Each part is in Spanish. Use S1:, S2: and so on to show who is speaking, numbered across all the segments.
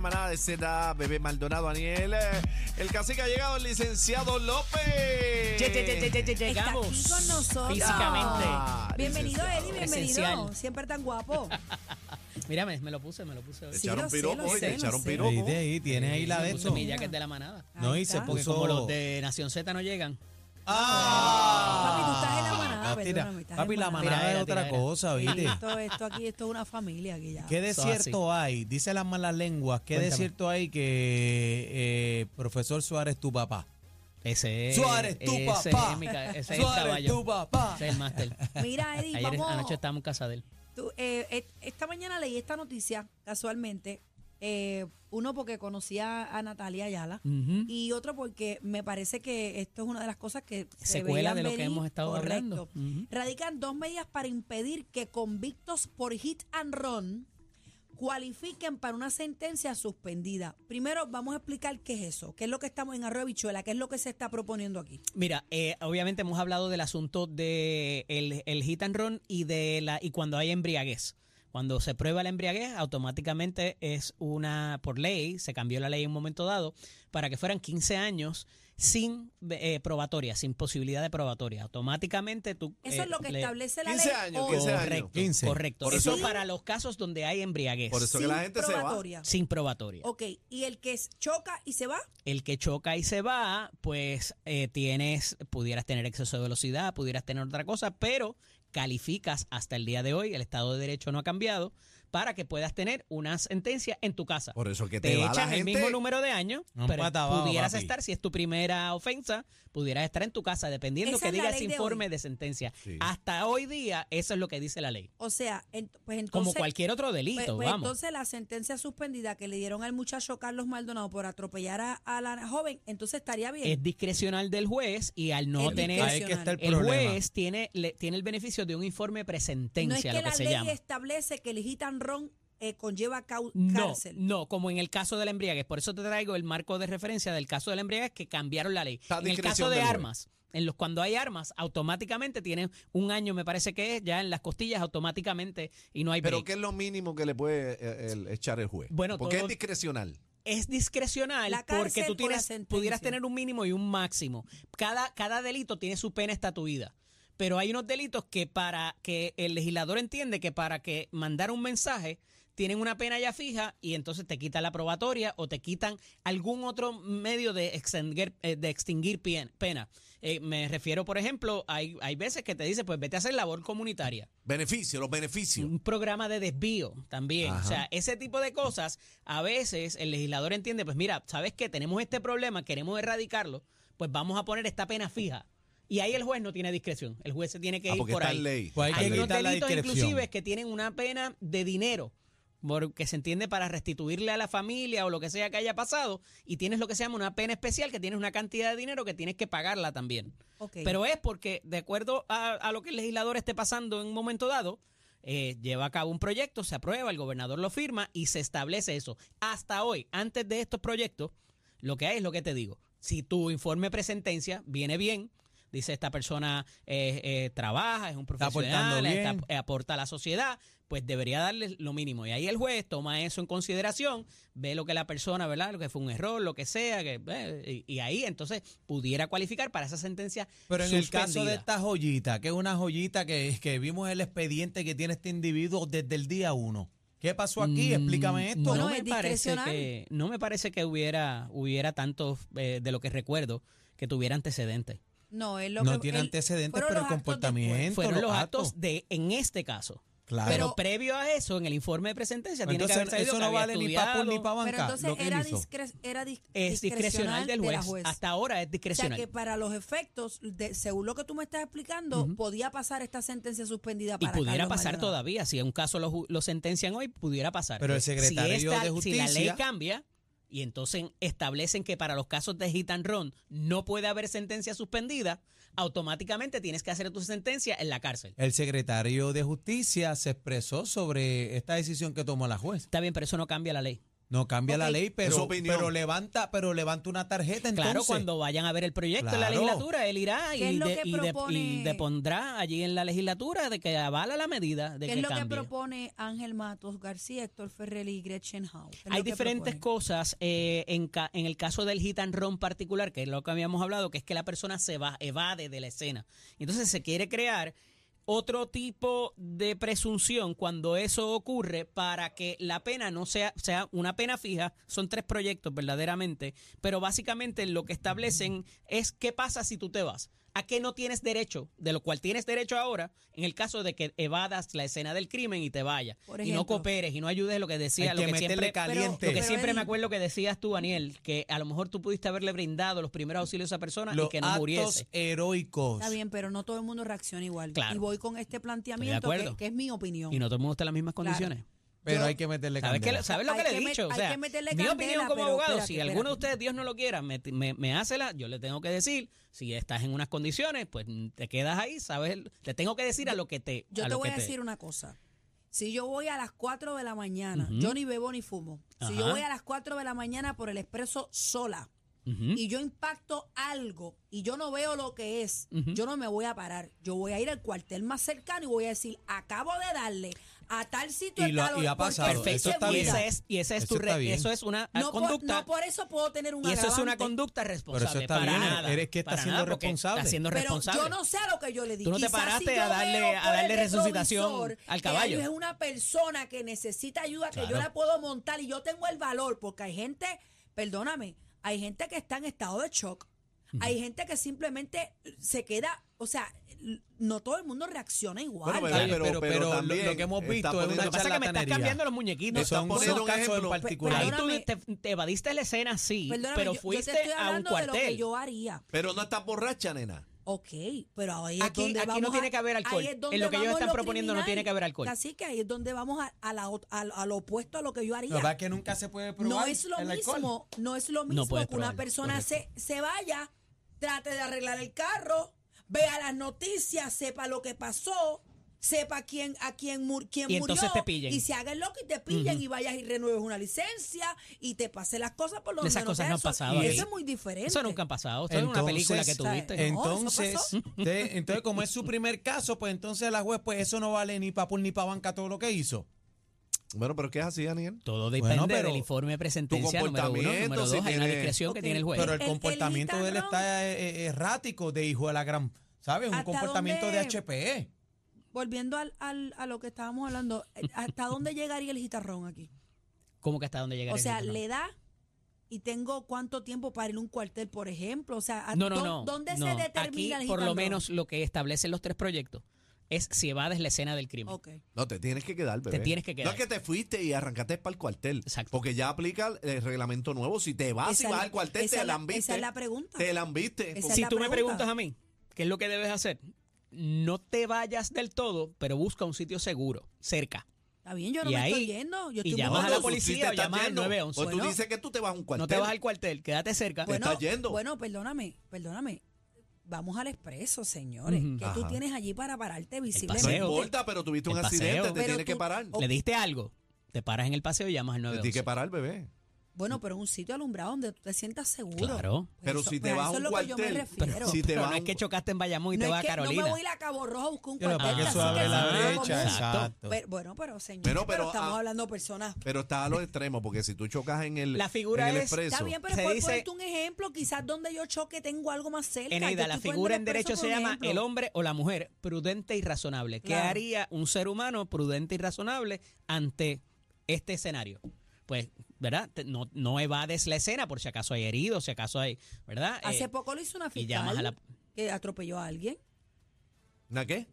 S1: manada de Z, bebé Maldonado, Aniel. eh, El cacique ha llegado, el licenciado López.
S2: Che, che, che, che, che, che, llegamos.
S3: Está aquí con nosotros.
S2: Físicamente.
S1: Ah,
S3: Bienvenido,
S1: licenciado.
S3: Eddie, bienvenido.
S2: Esencial.
S3: Siempre tan guapo.
S2: Mira, me, me lo puse, me lo puse. hoy.
S1: Le
S3: Sí,
S1: echaron
S3: lo sé,
S1: piropo,
S3: lo
S1: oye,
S3: sé,
S1: le
S3: lo
S1: echaron
S3: sé.
S1: piropo.
S4: Ahí, de ahí, tiene ahí la
S2: me
S4: de
S2: puse
S4: esto.
S2: mi jacket de la manada.
S4: No, y
S3: Ahí
S4: se
S3: está.
S2: Porque
S4: puso-
S2: como los de Nación Z no llegan.
S3: Papi, tú estás en la manada,
S4: Ah, Papi, la-
S3: perdóname, estás
S4: papi,
S3: en
S4: la
S3: manada.
S4: manada
S2: Tira,
S4: es
S2: tira,
S4: otra
S2: tira.
S4: cosa, ¿viste?
S3: Esto, esto aquí, esto es una familia aquí ya.
S4: ¿Qué
S2: Eso así.
S4: desierto hay? Dice las malas lenguas. ¿Qué
S2: Cuéntame.
S4: desierto hay que eh, profesor Suárez tu papá?
S2: Ese es.
S4: Suárez, tu
S2: ese
S4: papá.
S2: Es mi ca- ese es el
S4: Suárez
S2: caballo.
S4: tu papá.
S2: Ese es el máster.
S3: Mira, Eddie,
S2: Ayer
S3: vamos.
S2: anoche estábamos en casa de él.
S3: Tú, eh, et- esta mañana leí esta noticia, casualmente. Eh, uno porque conocía a Natalia Ayala
S2: Mm.
S3: y otro porque me parece que esto es una de las cosas que se
S2: Secuela
S3: veían
S2: de lo que
S3: venir.
S2: hemos estado
S3: Correcto.
S2: hablando. Ujú.
S3: Radican dos medidas para impedir que convictos por hit and run cualifiquen para una sentencia suspendida. Primero vamos a explicar qué es eso, qué es lo que estamos en Arroyo Bichuela, qué es lo que se está proponiendo aquí.
S2: Mira, eh, obviamente hemos hablado del asunto de el, el hit and run y de la y cuando hay embriaguez. Cuando se prueba la embriaguez, automáticamente es una por ley, se cambió la ley en un momento dado para que fueran 15 años sin eh, probatoria, sin posibilidad de probatoria. Automáticamente tú
S3: Eso
S2: eh,
S3: es lo que
S2: le-
S3: establece la
S1: 15
S3: ley.
S1: años,
S3: hoy.
S1: 15 años.
S2: Correcto,
S4: 15.
S2: correcto.
S1: Por
S2: eso
S3: eso-
S2: para los casos donde hay embriaguez
S1: Por eso que
S3: Sin
S1: la gente se va.
S3: probatoria.
S2: sin probatoria.
S3: Ok, y el que choca y se va,
S2: el que choca y se va, pues eh, tienes, pudieras tener exceso de velocidad, pudieras tener otra cosa, pero calificas hasta el día de hoy, el Estado de Derecho no ha cambiado, para que puedas tener una sentencia en tu casa.
S1: Por eso que te,
S2: te
S1: va la
S2: echan el
S1: gente.
S2: mismo número de años,
S4: Un
S2: pero
S4: pata abajo,
S2: pudieras
S4: papi.
S2: estar, si es tu primera ofensa, pudieras estar en tu casa, dependiendo que
S3: Esa es la
S2: diga ese
S3: ley de
S2: informe
S3: hoy.
S2: de sentencia.
S1: Sí.
S2: Hasta hoy día, eso es lo que dice la ley.
S3: o sea, ent- pues entonces...
S2: Como cualquier otro
S3: Pues,
S2: delito,
S3: pues
S2: vamos.
S3: entonces la sentencia suspendida que le dieron al muchacho Carlos Maldonado por atropellar a, a la joven, entonces estaría bien.
S2: es discrecional del juez y al no
S3: Es
S2: tener
S4: Ahí es que está el,
S2: El
S4: problema.
S2: juez tiene, le- tiene el beneficio de un informe
S3: no es
S2: presentencia,
S3: que
S2: lo
S3: la
S2: que se
S3: ley
S2: llama.
S3: establece que el hit and run eh, conlleva cau-
S2: No,
S3: cárcel.
S2: no, como en el caso de la embriaguez. Por eso te traigo el marco de referencia del caso de la embriaguez que cambiaron la ley.
S1: Está a
S2: en el
S1: discreción
S2: caso de
S1: del juez.
S2: armas, en los cuando hay armas, automáticamente tienen un año, me parece que es, ya en las costillas, automáticamente, y no hay
S1: Pero
S2: break.
S1: ¿qué es lo mínimo que le puede eh, el- echar el juez?
S2: Bueno,
S1: Porque
S2: todo-
S1: es discrecional.
S2: es discrecional
S3: La
S2: porque
S3: cárcel
S2: tú
S3: por la
S2: tienes,
S3: sentencia.
S2: pudieras tener un mínimo y un máximo. Cada, cada delito tiene su pena estatuida. Pero hay unos delitos que para que el legislador entiende que para que mandar un mensaje tienen una pena ya fija y entonces te quitan la probatoria o te quitan algún otro medio de extinguir, eh, de extinguir pien- pena. Eh, me refiero, por ejemplo, hay, hay veces que te dice, pues vete a hacer labor comunitaria
S1: Beneficio, los beneficios.
S2: un programa de desvío también.
S1: Ajá.
S2: O sea, ese tipo de cosas, a veces el legislador entiende, pues mira, ¿sabes qué? Tenemos este problema, queremos erradicarlo, pues vamos a poner esta pena fija. Y ahí el juez no tiene discreción. El juez se tiene que
S1: Ah,
S2: ir
S1: porque
S2: por
S1: está
S2: ahí.
S1: en ley.
S4: Pues hay
S1: Está
S4: que
S2: Hay
S1: en ley.
S2: unos
S4: quitar la
S2: delitos
S4: discreción.
S2: inclusive que tienen una pena de dinero porque se entiende para restituirle a la familia o lo que sea que haya pasado y tienes lo que se llama una pena especial que tienes una cantidad de dinero que tienes que pagarla también.
S3: Ok.
S2: Pero es porque, de acuerdo a, a lo que el legislador esté pasando en un momento dado, eh, lleva a cabo un proyecto, se aprueba, el gobernador lo firma y se establece eso. Hasta hoy, antes de estos proyectos, lo que hay es lo que te digo. Si tu informe presentencia viene bien, dice esta persona eh, eh, trabaja, es un profesional,
S4: aportando
S2: está-
S4: bien.
S2: eh, aporta a la sociedad, pues debería darle lo mínimo. Y ahí el juez toma eso en consideración, ve lo que la persona, ¿verdad? Lo que fue un error, lo que sea, que, eh, y, y ahí entonces pudiera cualificar para esa sentencia
S4: Pero en el caso de
S2: suspendida.
S4: esta joyita, que es una joyita que, que vimos el expediente que tiene este individuo desde el día uno. ¿Qué pasó aquí? Explícame esto.
S2: No,
S3: Bueno,
S2: me
S3: es
S2: parece
S3: discrecional.
S2: que, no me parece que hubiera, hubiera tantos, eh, de lo que recuerdo, que tuviera antecedentes.
S3: No, es lo
S4: no
S3: que-
S4: tiene
S3: el-
S4: antecedentes,
S3: fueron
S4: pero el
S3: los actos después.
S4: comportamiento.
S2: Fueron los
S4: actos.
S2: actos de, en este caso.
S4: Claro.
S2: Pero previo a eso, en el informe de presencia, tiene que
S4: Pues entonces
S2: haber salido
S4: eso
S2: que
S4: no
S2: había
S4: vale ni para
S2: estudiado.
S4: ni para
S3: Pero
S4: banca. lo
S3: entonces
S4: que él
S3: era,
S4: hizo.
S3: discre- era dis-
S2: Es discrecional del
S3: de
S2: juez.
S3: la juez.
S2: Hasta ahora es
S3: O sea
S2: discrecional.
S3: que para los efectos, de, según lo que tú me estás explicando, podía pasar esta sentencia suspendida
S2: y
S3: para
S2: pudiera
S3: Carlos
S2: pasar
S3: Maldonado.
S2: todavía. Si en un caso lo, ju- lo sentencian hoy, pudiera pasar.
S4: Pero el
S2: Si
S4: secretario de Justicia-
S2: Si la ley cambia y entonces establecen que para los casos de hit and run no puede haber sentencia suspendida, automáticamente tienes que hacer tu sentencia en la cárcel.
S4: El secretario de Justicia se expresó sobre esta decisión que tomó la juez.
S2: Está bien, pero eso no cambia la ley.
S4: No cambia la
S3: Ok.
S4: ley,
S1: Es su
S4: pero,
S1: opinión.
S4: pero levanta, pero levanta una tarjeta entonces.
S2: Claro, cuando vayan a ver el proyecto en la
S4: Claro.
S2: legislatura, él irá
S3: ¿Qué es
S2: y,
S3: lo
S2: de-
S3: que
S2: y de-
S3: propone?
S2: y depondrá allí en la legislatura de que avala la medida de
S3: ¿Qué
S2: que
S3: es lo que
S2: cambie.
S3: propone Ángel Matos García, Héctor Ferrell y Gretchen Howe? ¿Qué es lo
S2: Hay
S3: que
S2: diferentes
S3: proponen?
S2: cosas eh, en, ca- en el caso del hit and run particular, que es lo que habíamos hablado, que es que la persona se va, evade de la escena. Entonces se quiere crear otro tipo de presunción cuando eso ocurre para que la pena no sea, sea una pena fija. Son tres proyectos verdaderamente, pero básicamente lo que establecen es qué pasa si tú te vas. ¿A qué no tienes derecho? De lo cual tienes derecho ahora en el caso de que evadas la escena del crimen y te vayas.
S3: Por
S2: Y no
S3: ejemplo.
S2: cooperes y no ayudes lo que decía,
S4: Hay
S2: lo
S4: que
S2: que
S4: meterle
S2: siempre
S4: caliente.
S2: lo que
S3: Pero
S2: siempre
S3: Eddie-
S2: me acuerdo que decías tú, Daniel, que a lo mejor tú pudiste haberle brindado los primeros auxilios a esa persona
S4: Los
S2: y que no
S4: actos
S2: muriese.
S4: heroicos.
S3: Está bien, pero no todo el mundo reacciona igual.
S2: Claro.
S3: Y voy con este planteamiento
S2: Estoy de
S3: que,
S2: acuerdo.
S3: que es mi opinión.
S2: Y no todo el mundo está en las mismas condiciones.
S4: Pero
S3: Yo-
S4: hay que meterle
S2: ¿Sabes, qué-
S4: candela.
S2: sabes lo que
S3: Hay
S2: le he
S3: que met-
S2: dicho? O
S3: hay
S2: sea,
S3: que meterle
S2: mi
S3: candela,
S2: opinión como
S3: pero
S2: abogado,
S3: espérate,
S2: si alguno de
S3: espérate.
S2: ustedes, Dios no lo quiera, me, me, me hace la, yo le tengo que decir, si estás en unas condiciones, pues mm, te quedas ahí, ¿sabes? Le tengo que decir a lo que te...
S3: Yo
S2: a
S3: te
S2: lo
S3: voy
S2: que
S3: a decir una cosa. Si yo voy a las 4 de la mañana,
S2: Ujú.
S3: yo ni bebo ni fumo. Si yo
S2: Ajá.
S3: voy a las 4 de la mañana por el expreso sola
S2: Ujú.
S3: y yo impacto algo y yo no veo lo que es,
S2: Ujú.
S3: yo no me voy a parar. Yo voy a ir al cuartel más cercano y voy a decir, acabo de darle a tal sitio
S4: Y lo-
S3: tal hor-
S4: y ha
S3: porque
S4: pasado,
S3: estoy
S4: eso
S2: Perfecto,
S4: está
S2: y
S4: bien.
S2: esa es, y esa es
S4: Eso
S2: tu
S4: está
S2: re-
S4: bien.
S2: eso es una
S3: No por,
S2: conducta
S3: no por eso puedo tener un
S2: y eso es una
S3: agravante.
S2: conducta responsable.
S4: está
S2: para
S4: bien,
S2: nada.
S4: eres que está
S2: para
S4: siendo
S2: nada, porque
S4: responsable.
S2: Está siendo
S3: Pero
S2: responsable.
S3: yo no sé a lo que yo le di.
S2: Tú no te
S3: Quizás
S2: paraste
S3: si yo
S2: a darle-
S3: veo
S2: a
S3: por
S2: darle
S3: el
S2: resucitación
S3: retrovisor
S2: al
S3: que
S2: caballo.
S3: hay Es una persona que necesita ayuda, que yo
S2: Claro.
S3: la puedo montar y yo tengo el valor, porque hay gente, perdóname, hay gente que está en estado de shock. Hay gente que simplemente se queda, o sea, no todo el mundo reacciona igual.
S2: pero-
S4: Está bien,
S1: pero- pero
S4: lo-
S1: también
S4: lo que hemos
S1: está
S4: visto es
S1: poniendo-
S4: una
S2: Lo que pasa es que me estás
S4: charlatanería.
S2: cambiando los muñequitos.
S4: Son,
S1: Está poniendo
S4: son
S1: un
S4: casos en
S1: ejemplo.
S4: particular.
S2: Ahí tú
S3: Perdóname.
S2: te, te evadiste la escena, sí,
S3: Perdóname,
S2: pero
S3: yo-
S2: fuiste
S3: yo te estoy
S2: a un
S3: hablando de lo que
S2: cuartel.
S3: yo haría.
S1: Pero no estás borracha, nena.
S3: Ok, pero ahí es
S2: Aquí-
S3: donde
S2: aquí no
S3: vamos a-
S2: tiene que haber
S3: ahí
S2: alcohol.
S3: es
S2: En
S3: donde
S2: lo que ellos
S3: vamos
S2: están
S3: lo
S2: proponiendo no
S3: criminal.
S2: tiene que haber alcohol.
S3: Así que ahí es donde vamos a, a la ot- al- al opuesto a lo que yo haría.
S4: La verdad es que nunca se puede probar.
S3: No es lo
S4: el alcohol.
S3: mismo, no es lo mismo
S2: puedes
S3: que una
S2: probarlo,
S3: persona se,
S2: correcto.
S3: se vaya, trate de arreglar el carro, vea las noticias, sepa lo que pasó, sepa quién a quién, mur- quién
S2: Y
S3: murió
S2: entonces te pillen.
S3: y se haga el loco y te pillen y vayas y renueves una licencia y te pase las cosas por donde
S2: Esas cosas no han
S3: te- eso-
S2: pasado
S3: y
S2: aquí.
S3: Eso es muy diferente.
S2: Eso nunca ha pasado. Esto es una película que tuviste.
S3: en-
S4: Entonces,
S3: No, eso
S4: te- entonces, como es su primer caso, pues entonces la juez, pues eso no vale ni para pool ni para banca todo lo que hizo.
S1: Bueno, pero ¿qué es así, Daniel?
S2: Todo depende
S4: Bueno, pero
S2: del informe de presentencia
S1: tu
S2: número uno,
S1: comportamiento,
S2: número
S1: si
S2: dos. Hay una
S1: tiene-
S2: discreción
S3: Ok,
S2: que tiene el juez.
S4: Pero el,
S3: Pues, el
S4: comportamiento de él
S3: guitarrón.
S4: está eh, eh, errático de hijo de la gran, ¿sabes? Un
S3: ¿Hasta
S4: comportamiento
S3: dónde?
S4: de E. HPE.
S3: Volviendo al, al- a lo que estábamos hablando, eh, ¿hasta dónde llegaría el gitarrón aquí?
S2: ¿Cómo que hasta dónde llegaría?
S3: O sea,
S2: el control?
S3: le da y tengo cuánto tiempo para ir a un cuartel, por ejemplo. O sea, ¿a
S2: no, no,
S3: dó-
S2: no.
S3: ¿dónde
S2: no.
S3: se determina
S2: Aquí,
S3: el
S2: por lo
S3: gitarrón?
S2: menos, lo que establecen los tres proyectos es si evades la escena del crimen.
S3: Ok.
S1: No, te tienes que quedar, bebé.
S2: Te tienes que quedar.
S1: No es que te fuiste y arrancaste para el cuartel.
S2: Exacto.
S1: Porque ya aplica el reglamento nuevo. Si te vas
S3: Esa
S1: y
S3: es
S1: vas
S3: la-
S1: Ah, al cuartel,
S3: esa
S1: te
S3: es la-
S1: lambiste.
S3: esa es la pregunta.
S1: Te lambiste.
S3: Esa
S1: Porque-
S3: es
S2: si
S3: la
S2: tú me
S3: pregunta.
S2: preguntas a mí, ¿qué es lo que debes hacer? No te vayas del todo, pero busca un sitio seguro, cerca.
S3: Está bien, yo no
S2: Y
S3: me
S2: ahí-
S3: estoy yendo. Yo
S2: y
S3: estoy
S2: llamas a la
S3: muy-
S1: tú
S2: policía
S1: te
S2: o
S1: estás
S2: llamas al
S1: yendo.
S2: 911.
S1: O tú
S2: Bueno,
S1: dices que tú te vas a un cuartel.
S2: No te vas al cuartel, Pues, quédate cerca.
S1: Bueno, estás yendo.
S3: Bueno, perdóname, perdóname. Vamos al expreso, señores.
S2: Ujú.
S3: Que tú
S1: Ajá.
S3: tienes allí para pararte
S1: No
S3: visiblemente.
S2: paseo.
S1: importa, pero tuviste un
S2: El paseo.
S1: accidente, te
S3: Pero
S1: tienes que
S3: tú-
S1: parar.
S3: o-
S1: Te
S2: Le diste algo, te paras en el paseo y llamas al
S1: tienes
S2: 911.
S1: que parar, bebé.
S3: Bueno, pero un sitio alumbrado donde tú te sientas seguro.
S2: Claro.
S3: Pues
S1: Pero
S3: eso-
S1: si te
S3: pues a
S1: vas a
S3: eso
S1: un
S3: es lo que yo me
S1: cuartel,
S3: refiero.
S1: pero si te
S2: Pero
S1: vas
S2: no
S1: a
S2: es
S1: un-
S2: que chocaste en Bayamón y
S3: no
S2: te
S3: es
S2: vas a
S3: que- No
S2: Carolina.
S3: me voy Ah, a ir a Cabo Rojo a buscar un
S4: Pero
S3: cuartel.
S4: para que
S3: así
S4: suave
S3: que
S4: la
S3: eso no es
S2: exacto.
S4: brecha,
S3: común.
S4: exacto.
S3: Pero- bueno, pero señor,
S1: Pero-
S3: pero,
S1: pero,
S3: estamos
S1: ah,
S3: hablando de personas.
S1: Pero está a los extremos, porque si tú chocas en el,
S2: La figura
S1: en el
S2: es-
S1: expreso.
S3: Está bien, pero
S2: Se
S3: por
S2: dice-
S3: ponerte un ejemplo, quizás donde yo choque tengo algo más cerca.
S2: Eneida,
S3: Yo
S2: la
S3: estoy
S2: figura
S3: poniendo
S2: en
S3: el
S2: derecho
S3: expreso
S2: se
S3: como
S2: llama
S3: ejemplo.
S2: el hombre o la mujer prudente y razonable. ¿Qué
S3: Claro.
S2: haría un ser humano prudente y razonable ante este escenario? Pues, ¿verdad? Te- No, no evades la escena por si acaso hay heridos, si acaso hay, ¿verdad? Eh,
S3: Hace poco lo hizo una
S2: y llamas
S3: fiscal
S2: a la-
S3: que atropelló a alguien.
S1: ¿Na qué?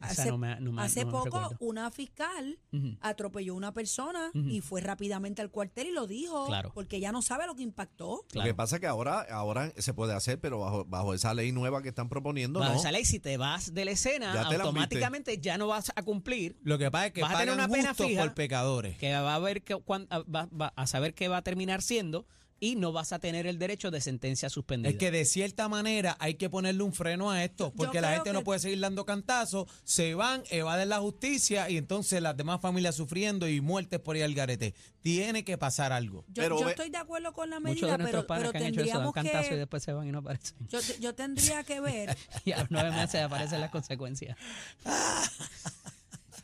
S2: esa
S3: Hace-
S2: no me- no me-
S3: hace
S2: no me
S3: poco
S2: recuerdo.
S3: una fiscal
S2: Ujú.
S3: atropelló a una persona
S2: Ujú.
S3: y fue rápidamente al cuartel y lo dijo
S2: Claro.
S3: porque ya no sabe lo que impactó.
S1: Lo
S2: Claro.
S1: que pasa es que ahora, ahora se puede hacer, pero bajo, bajo esa ley nueva que están proponiendo,
S2: Bajo
S1: no.
S2: esa ley, si te vas de la escena,
S1: Ya te la
S2: automáticamente ya no vas a cumplir,
S4: Lo que pasa es que
S2: Vas a tener
S4: pagan
S2: una pena
S4: justos
S2: fija.
S4: por pecadores.
S2: ah, que va a ver que, cuán- a- va, va a saber qué va a terminar siendo y no vas a tener el derecho de sentencia suspendida.
S4: Es que de cierta manera hay que ponerle un freno a esto, porque la
S3: creo
S4: gente no
S3: que-
S4: puede seguir dando cantazos, se van, evaden la justicia y entonces las demás familias sufriendo y muertes por ahí al garete. Tiene que pasar algo.
S3: Yo,
S1: Pero
S3: yo
S1: ve-
S3: estoy de acuerdo con la
S2: Muchos
S3: medida,
S2: de nuestros
S3: pero,
S2: panas
S3: pero
S2: que han hecho eso dan
S3: tendríamos
S2: cantazo y
S3: que...
S2: después se van y no aparecen.
S3: Yo, yo tendría que ver,
S2: Y a los nueve meses aparecen las consecuencias.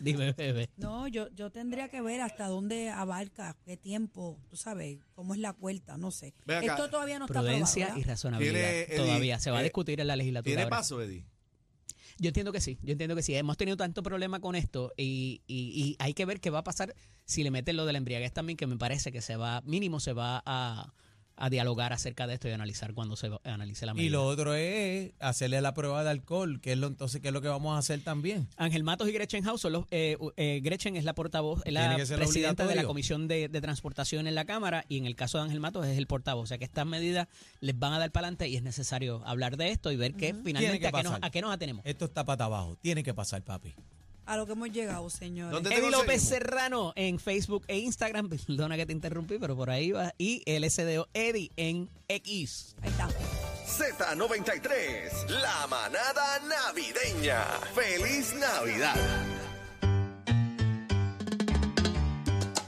S2: Dime, bebé.
S3: no, yo, yo tendría que ver hasta dónde abarca, qué tiempo, tú sabes, cómo es la cuenta, no sé.
S1: Ven acá.
S3: Esto todavía no está
S2: Prudencia y
S3: aprobado, ¿verdad?
S1: Tiene,
S2: razonabilidad
S1: Eddie,
S2: todavía. Se va a
S1: eh,
S2: discutir en la legislatura.
S1: ¿Tiene
S2: ahora.
S1: paso, Eddie?
S2: Yo entiendo que sí, yo entiendo que sí. Hemos tenido tanto problema con esto y, y- y hay que ver qué va a pasar si le meten lo de la embriaguez también, que me parece que se va, mínimo se va a, a dialogar acerca de esto y analizar cuando se va- analice la medida.
S4: Y lo otro es hacerle la prueba de alcohol, que es lo entonces que es lo que vamos a hacer también.
S2: Ángel Matos y Gretchen House son los, eh, u- eh, Gretchen es la portavoz, es la
S4: Tiene que ser
S2: presidenta de la
S4: obligatorio.
S2: Comisión de, de Transportación en la Cámara y en el caso de Ángel Matos es el portavoz. O sea que estas medidas les van a dar para adelante y es necesario hablar de esto y ver qué finalmente
S4: que
S2: a, qué nos,
S4: pasar.
S2: a qué nos atenemos.
S4: Esto está pata abajo, tiene que pasar, papi.
S3: A lo que hemos llegado, señores.
S1: ¿Dónde te
S2: Eddie López
S1: conseguimos?
S2: Serrano en Facebook e Instagram. Perdona que te interrumpí, pero por ahí va. Y LSDO Eddie en X.
S3: Ahí está.
S5: Z93, la manada navideña. ¡Feliz Navidad!